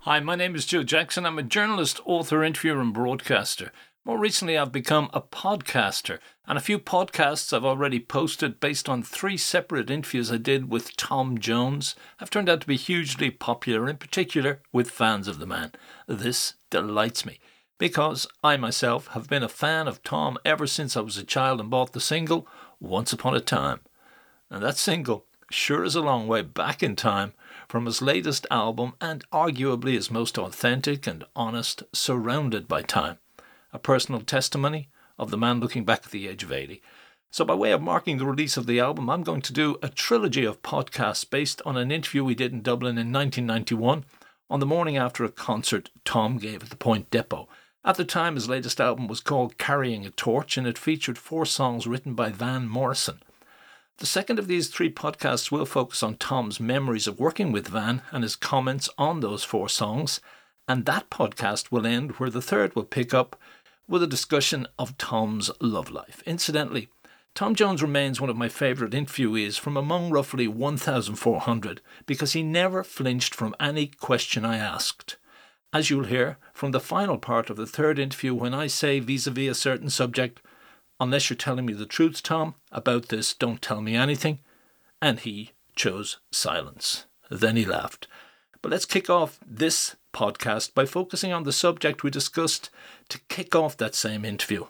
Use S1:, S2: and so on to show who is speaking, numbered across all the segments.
S1: Hi, my name is Joe Jackson. I'm a journalist, author, interviewer, and broadcaster. More recently, I've become a podcaster, and a few podcasts I've already posted based on three separate interviews I did with Tom Jones have turned out to be hugely popular, in particular with fans of the man. This delights me because I myself have been a fan of Tom ever since I was a child and bought the single Once Upon a Time. And that single sure is a long way back in time from his latest album and arguably his most authentic and honest Surrounded by Time, a personal testimony of the man looking back at the age of 80. So, by way of marking the release of the album, I'm going to do a trilogy of podcasts based on an interview we did in Dublin in 1991 on the morning after a concert Tom gave at the Point Depot. At the time, his latest album was called Carrying a Torch and it featured four songs written by Van Morrison. The second of these three podcasts will focus on Tom's memories of working with Van and his comments on those four songs, and that podcast will end where the third will pick up with a discussion of Tom's love life. Incidentally, Tom Jones remains one of my favourite interviewees from among roughly 1,400 because he never flinched from any question I asked. As you'll hear from the final part of the third interview, when I say vis a vis a certain subject, Unless you're telling me the truth, Tom, about this, don't tell me anything. And he chose silence. Then he laughed. But let's kick off this podcast by focusing on the subject we discussed to kick off that same interview,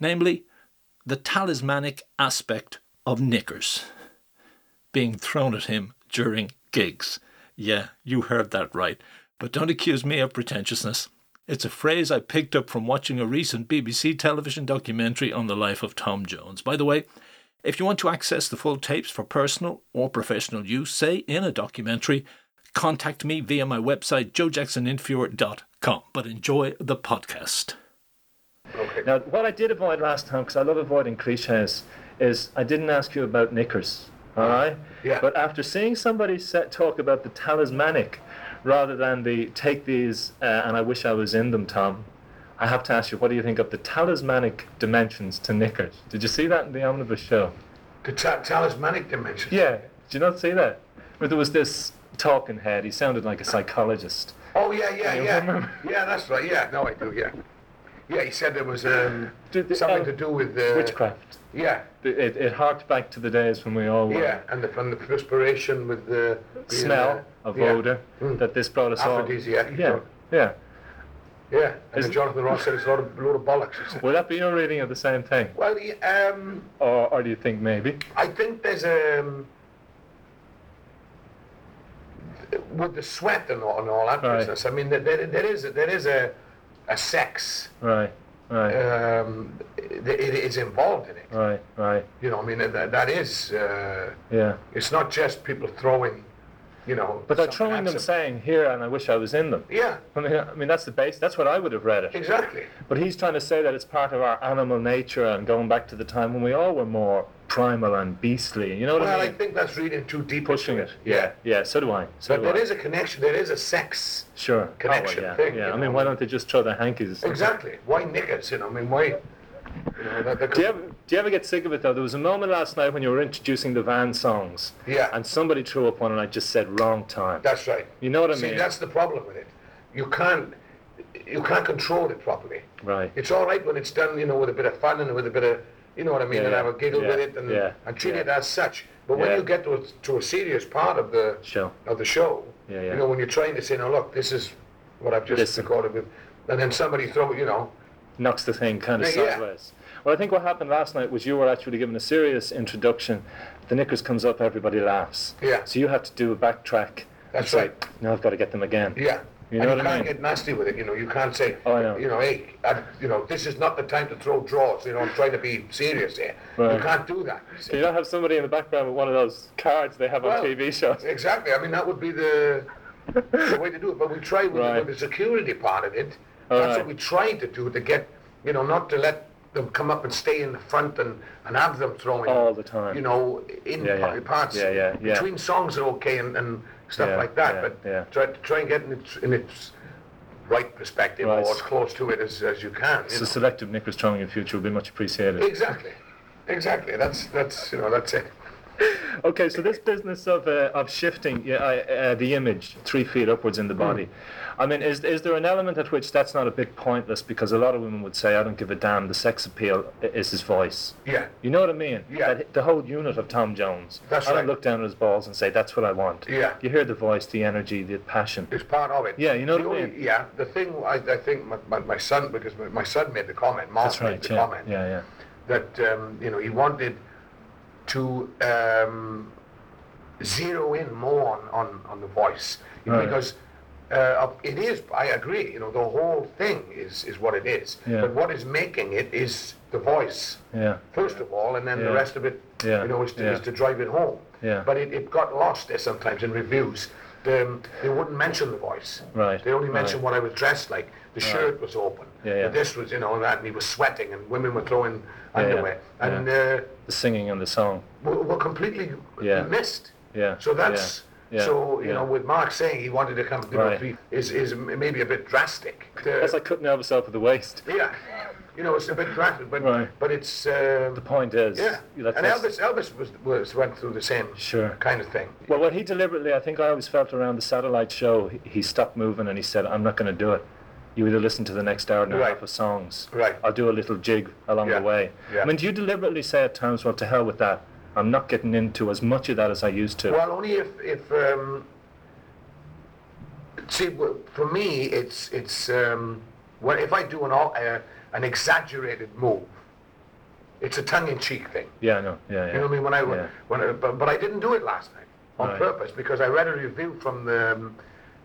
S1: namely the talismanic aspect of knickers being thrown at him during gigs. Yeah, you heard that right. But don't accuse me of pretentiousness. It's a phrase I picked up from watching a recent BBC television documentary on the life of Tom Jones. By the way, if you want to access the full tapes for personal or professional use, say in a documentary, contact me via my website, joejacksoninterviewer.com. But enjoy the podcast.
S2: Okay. Now, what I did avoid last time, because I love avoiding cliches, is I didn't ask you about knickers, all right?
S3: Yeah.
S2: But after seeing somebody set talk about the talismanic rather than the take these uh, and I wish I was in them, Tom, I have to ask you, what do you think of the talismanic dimensions to knickers? Did you see that in the omnibus show?
S3: The ta- talismanic dimension.
S2: Yeah. Did you not see that? But there was this talking head. He sounded like a psychologist.
S3: Oh yeah, yeah,
S2: You
S3: yeah.
S2: remember?
S3: Yeah, that's right. Yeah, no, I do. Yeah. Yeah, he said there was um,
S2: Did the-
S3: something
S2: uh,
S3: to do with uh,
S2: Witchcraft.
S3: Yeah,
S2: It, it, it harked back to the days when we all were.
S3: yeah, and the, from the perspiration with the being,
S2: smell
S3: uh,
S2: of
S3: yeah.
S2: odor that this brought us all.
S3: Aphrodisiac,
S2: Yeah,
S3: sure.
S2: yeah.
S3: Yeah, and
S2: Isn't-
S3: Jonathan Ross said it's a lot of load of bollocks. It's-
S2: Would that be your reading of the same thing,
S3: Well, he, um,
S2: or, or do you think maybe?
S3: I think there's um, with the sweat and all, and all that
S2: Right.
S3: business. I mean, there, there, there is there is a a sex
S2: Right, right,
S3: um, it, it is involved in it.
S2: right, right.
S3: You know, I mean, that, that is, uh,
S2: Yeah.
S3: it's not just people throwing, you know.
S2: But they're
S3: something
S2: throwing
S3: at
S2: them
S3: some-
S2: saying here, and I wish I was in them.
S3: Yeah,
S2: I mean, I mean that's the base. That's what I would have read it.
S3: exactly.
S2: But he's trying to say that it's part of our animal nature and going back to the time when we all were more primal and beastly. You know what
S3: Well,
S2: I
S3: I
S2: mean?
S3: think that's reading too deep.
S2: Pushing it.
S3: into
S2: Yeah. yeah, So do I. So
S3: But
S2: do I.
S3: there is a connection, there is a sex.
S2: sure Oh, well,
S3: connection
S2: yeah,
S3: thing,
S2: yeah.
S3: you
S2: I mean,
S3: know.
S2: why don't they just throw their hankies?
S3: Exactly. Why niggers, you know, I mean, why? You know, that, that
S2: Do you, ever, do you ever get sick of it though? There was a moment last night when you were introducing the van songs.
S3: Yeah.
S2: And somebody threw up one and I just said wrong time.
S3: That's right.
S2: you know what I
S3: See,
S2: mean?
S3: that's the problem with it. You can't, you can't control it properly.
S2: right.
S3: It's all right when it's done, you know, with a bit of fun and with a bit of, you know what I mean,
S2: Yeah,
S3: and have a giggle
S2: yeah,
S3: with it and,
S2: yeah,
S3: and treat
S2: yeah.
S3: it as such. But when
S2: Yeah.
S3: you get to a, to a serious part of the
S2: Sure.
S3: of the show,
S2: Yeah, yeah.
S3: you know, when you're trying to say, no, look, this is what I've just
S2: Listen.
S3: recorded with, and then somebody throw, you know,
S2: Knocks the thing kind of
S3: Yeah, yeah.
S2: sideways. Well, I think what happened last night was you were actually given a serious introduction. The knickers comes up, everybody laughs.
S3: Yeah.
S2: So you have to do a backtrack.
S3: That's
S2: It's like, Now I've got to get them again.
S3: yeah.
S2: You
S3: and
S2: know
S3: you
S2: what I
S3: can't
S2: mean?
S3: get nasty with it, you know. You can't say,
S2: Oh, I know.
S3: you know, hey, I, you know, this is not the time to throw draws. You know, I'm trying to be serious here.
S2: Right.
S3: You can't do that. you see.
S2: You don't have somebody in the background with one of those cards they have
S3: Well,
S2: on TV shows.
S3: Exactly. I mean, that would be the, the way to do it. But we try with,
S2: Right.
S3: with the security part of it.
S2: All
S3: that's
S2: right.
S3: what we try to do to get, you know, not to let them come up and stay in the front and, and have them throwing.
S2: All the time.
S3: You know, in
S2: Yeah, yeah.
S3: pa- parts.
S2: Yeah, yeah, yeah.
S3: Between songs are okay and, and stuff
S2: Yeah,
S3: like that.
S2: yeah,
S3: but
S2: yeah.
S3: try to try and get in its, in its right perspective
S2: Right.
S3: or as close to it as, as you can. you
S2: So
S3: know.
S2: selective knickers throwing in future will be much appreciated.
S3: Exactly. Exactly. That's, that's, you know, that's it.
S2: okay, so this business of uh, of shifting yeah, I, uh, the image three feet upwards
S3: Hmm.
S2: in the body, I mean, is is there an element at which that's not a bit pointless? Because a lot of women would say, "I don't give a damn. The sex appeal i- is his voice."
S3: Yeah.
S2: You know what I mean?
S3: Yeah.
S2: That, the whole unit of Tom Jones.
S3: That's
S2: I don't
S3: right.
S2: look down at his balls and say, "That's what I want."
S3: Yeah.
S2: You hear the voice, the energy, the passion.
S3: It's part of it.
S2: Yeah, you know
S3: The
S2: what I
S3: only-
S2: mean?
S3: Yeah, the thing I, I think my, my, my son because my, my son made the comment, Mark
S2: That's right.
S3: made the
S2: Yeah.
S3: comment
S2: Yeah. Yeah.
S3: that um, you know he wanted to um, zero in more on, on, on the voice you know,
S2: Right.
S3: because uh, of- it is. I agree. You know, the whole thing is is what it is.
S2: Yeah.
S3: But what is making it is the voice
S2: Yeah.
S3: first of all, and then
S2: Yeah.
S3: the rest of it,
S2: Yeah.
S3: you know, is to,
S2: Yeah.
S3: is to drive it home.
S2: Yeah.
S3: But it, it got lost there sometimes in reviews. Um, they wouldn't mention the voice.
S2: Right,
S3: They only
S2: right.
S3: mentioned what I was dressed like. The shirt was open.
S2: Yeah, yeah.
S3: The This was, you know, and that, and he was sweating, and women were throwing
S2: yeah,
S3: underwear, and uh,
S2: The singing and the song.
S3: were, were completely
S2: Yeah.
S3: missed.
S2: Yeah,
S3: So that's.
S2: yeah, yeah,
S3: So you
S2: yeah.
S3: know, with Mark saying he wanted to come, you know,
S2: Right.
S3: three, is is maybe a bit drastic. The-
S2: That's like cutting Elvis out at the waist.
S3: yeah, you know, it's a bit drastic, but
S2: Right.
S3: but it's um,
S2: The point is,
S3: yeah,
S2: that-
S3: and
S2: that's-
S3: Elvis, Elvis was, was went through the same
S2: Sure.
S3: kind of thing.
S2: Well, what he deliberately, I think I always felt around the satellite show, he- he stopped moving and he said, I'm not going to do it. You either listen to the next hour and a
S3: Right.
S2: half of songs.
S3: Right.
S2: I'll do a little jig along
S3: Yeah,
S2: the way.
S3: yeah.
S2: I mean, do you deliberately say at times, well, to hell with that? I'm not getting into as much of that as I used to.
S3: Well, only if if um, see, w- for me, it's it's um, well, if I do an all, uh, an exaggerated move, it's a tongue-in-cheek thing.
S2: yeah, I know. Yeah, yeah.
S3: You know what I mean? When I w-
S2: Yeah.
S3: when I, but, but I didn't do it last night on
S2: Right.
S3: purpose because I read a review from the um,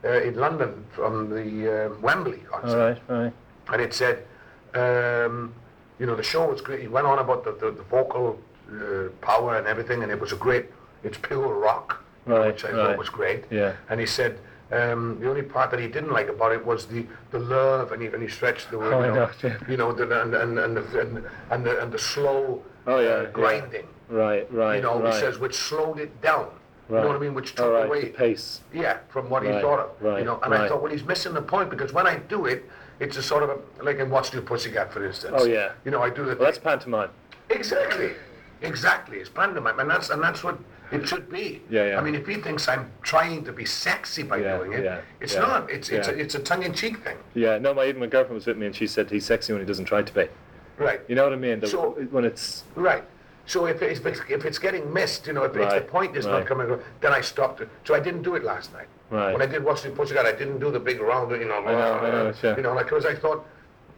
S3: uh, in London from the um, Wembley concert.
S2: All right, all right.
S3: and it said, um, you know, the show was great. He went on about the, the, the vocal uh, power and everything, and it was a great, it's pure rock, you know,
S2: Right,
S3: which I
S2: right.
S3: thought was great.
S2: Yeah.
S3: And he said um, the only part that he didn't like about it was the, the love, and he, and he stretched the word,
S2: Oh,
S3: you
S2: I
S3: know,
S2: know, yeah.
S3: you know the, and, and, and, the, and, and, the, and the slow
S2: Oh, yeah,
S3: uh,
S2: yeah.
S3: grinding,
S2: Right, right.
S3: you know,
S2: right.
S3: he says, which slowed it down. You know
S2: right.
S3: what I mean? Which
S2: All
S3: took
S2: right,
S3: away
S2: the pace.
S3: yeah, from what
S2: Right,
S3: he thought of.
S2: right,
S3: you know, and
S2: right.
S3: I thought, well, he's missing the point because when I do it, it's a sort of a, like in What's New Pussycat, for instance.
S2: Oh, yeah.
S3: You know, I do the
S2: Well, that's pantomime.
S3: exactly, exactly. It's pantomime, and that's and that's what it should be.
S2: Yeah, yeah.
S3: I mean, if he thinks I'm trying to be sexy by
S2: Yeah,
S3: doing it,
S2: yeah,
S3: it's
S2: yeah,
S3: not. It's it's
S2: yeah.
S3: a, it's a tongue-in-cheek thing,
S2: Yeah, no, my even my girlfriend was with me and she said he's sexy when he doesn't try to be.
S3: right?
S2: You know what I mean? The-
S3: So-
S2: when it's
S3: Right. So if it's, if it's if it's getting missed, you know, if, if
S2: Right,
S3: the point is
S2: right.
S3: not coming, across, then I stopped it. So I didn't do it last night.
S2: Right.
S3: When I did Washington Pussycat, I didn't do the big round, you know, uh,
S2: know, I know, sure.
S3: you know, like because I thought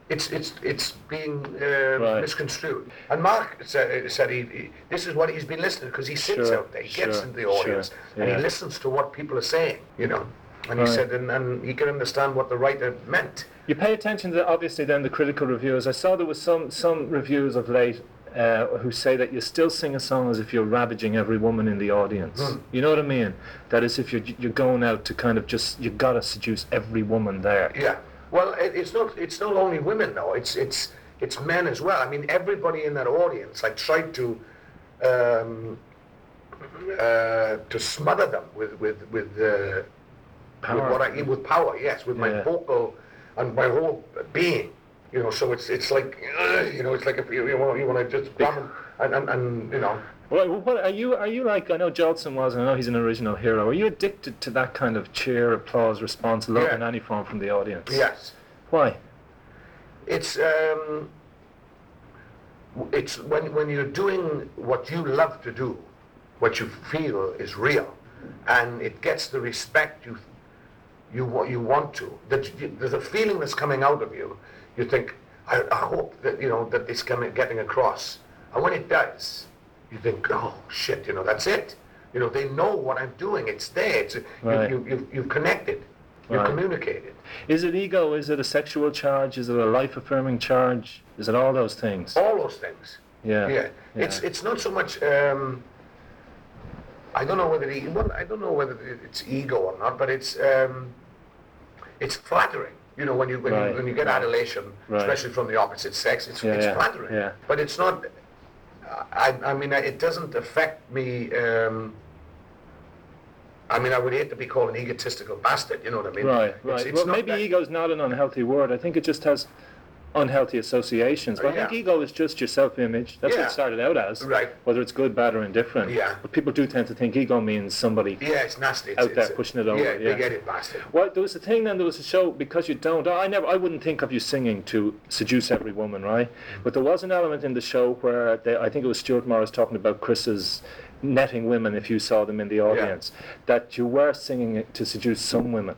S3: it's it's it's being uh,
S2: Right.
S3: misconstrued. And Mark said, said he, he this is what he's been listening because he sits
S2: Sure,
S3: out there, he gets
S2: sure,
S3: into the
S2: sure,
S3: audience, and
S2: yeah.
S3: he listens to what people are saying, you know. And he
S2: Right.
S3: said, and, and he can understand what the writer meant.
S2: You pay attention to obviously then the critical reviews. I saw there was some some reviews of late uh, who say that you still sing a song as if you're ravaging every woman in the audience.
S3: Hmm.
S2: You know what I mean? That is if you're you're going out to kind of just you gotta seduce every woman there.
S3: Yeah. Well, it, it's not it's not only women though. It's it's it's men as well. I mean, everybody in that audience. I tried to um, uh, to smother them with with with, uh, with what I with power. Yes, with
S2: Yeah.
S3: my vocal and my whole being. You know, so it's it's like uh, you know, it's like if you you want, you want to just grab 'em and, and and you know.
S2: Well, what are you are you like? I know Jolson was, and I know he's an original hero. Are you addicted to that kind of cheer, applause, response, love
S3: Yeah.
S2: in any form from the audience?
S3: Yes.
S2: Why?
S3: It's um, w- it's when when you're doing what you love to do, what you feel is real, and it gets the respect you you what you want to. That you, there's a feeling that's coming out of you. You think, I, I hope that you know that it's coming getting across. And when it does, you think, oh shit, you know that's it. You know they know what I'm doing. It's there. It's
S2: Right.
S3: you, you, you've, you've connected. You've
S2: Right.
S3: communicated.
S2: Is it ego? Is it a sexual charge? Is it a life-affirming charge? Is it all those things?
S3: All those things.
S2: Yeah.
S3: Oh, Yeah, it's it's not so much. Um, I don't know whether he, well, I don't know whether it- it's ego or not, but it's um, it's flattering. You know, when you when,
S2: Right,
S3: you, when you get
S2: right.
S3: adulation,
S2: Right.
S3: especially from the opposite sex, it's
S2: Yeah,
S3: it's
S2: yeah,
S3: flattering.
S2: yeah.
S3: But it's not. I I mean, it doesn't affect me. Um, I mean, I would hate to be called an egotistical bastard. You know what I mean?
S2: Right,
S3: It's-
S2: right.
S3: it's
S2: well,
S3: not
S2: maybe
S3: that-
S2: ego's not an unhealthy word. I think it just has unhealthy associations. But I think
S3: Oh, Yeah.
S2: ego is just your self-image. That's what
S3: Yeah.
S2: it started out as.
S3: Right.
S2: Whether it's good, bad, or indifferent.
S3: Yeah.
S2: But people do tend to think ego means somebody.
S3: Yeah, it's nasty. It's,
S2: Out there
S3: it's,
S2: pushing it over,
S3: Yeah,
S2: yeah.
S3: they get it, bastard.
S2: Well, there was a thing then. There was a show because you don't. I never. I wouldn't think of you singing to seduce every woman, right?
S3: Mm.
S2: But there was an element in the show where they, I think it was Stuart Morris talking about Chris's netting women if you saw them in the audience, that you were singing it to seduce some women.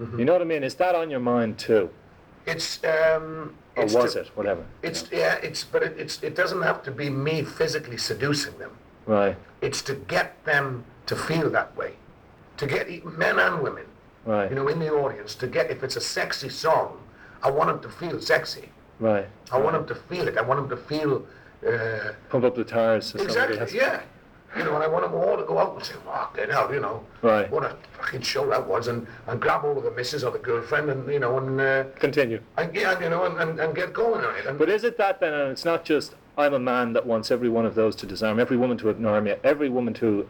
S3: Mm-hmm.
S2: You know what I mean? Is that on your mind too,
S3: It's um.
S2: or
S3: it's
S2: was
S3: to-
S2: it? Whatever.
S3: It's yeah. It's but it, it's it doesn't have to be me physically seducing them.
S2: Right.
S3: It's to get them to feel that way, to get e- men and women,
S2: Right.
S3: you know, in the audience, to get if it's a sexy song, I want them to feel sexy.
S2: right.
S3: I want them to feel it. I want them to feel. Uh,
S2: Pump up the tires. Or
S3: Exactly.
S2: Something.
S3: Yeah. You know, and I want them all to go out and say, "Fuck it out," you know.
S2: Right.
S3: What a fucking show that was, and, and grab all of the missus or the girlfriend, and you know, and, uh,
S2: Continue.
S3: and yeah, you know, and, and, and get going on it. And,
S2: But is it that then, and it's not just I'm a man that wants every one of those to disarm, every woman to ignore me, every woman to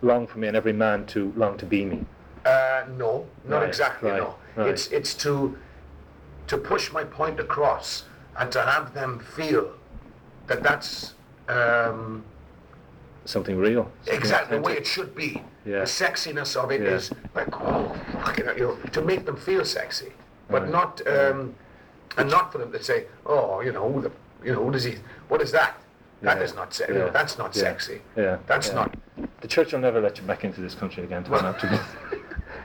S2: long for me, and every man to long to be me?
S3: uh, no, not
S2: Right,
S3: exactly.
S2: right,
S3: no.
S2: right.
S3: It's it's to to push my point across and to have them feel that that's um,
S2: Something real. something
S3: exactly the way
S2: authentic.
S3: it should be.
S2: Yeah.
S3: The sexiness of it
S2: Yeah.
S3: is like, oh, fucking, hell, you know, to make them feel sexy, but not, um, and not for them to say, oh, you know, who the, you know, who does he, what is that? That
S2: Yeah.
S3: is not sexy.
S2: Yeah.
S3: That's not
S2: Yeah.
S3: sexy.
S2: Yeah.
S3: That's
S2: Yeah.
S3: not.
S2: The church will never let you back into this country again. Time after this.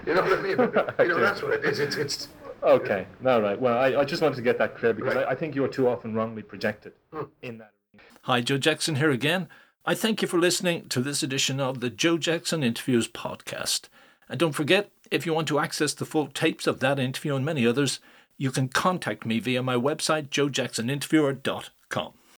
S3: You know what I mean? But, you know,
S2: Okay.
S3: that's what it is. It's, it's.
S2: Okay. All right. Well, I, I just wanted to get that clear because
S3: Right. Hmm.
S2: I, I think you are too often wrongly projected in that.
S1: Hi, Joe Jackson here again. I thank you for listening to this edition of the Joe Jackson Interviews podcast. And don't forget, if you want to access the full tapes of that interview and many others, you can contact me via my website, joejacksoninterviewer.com.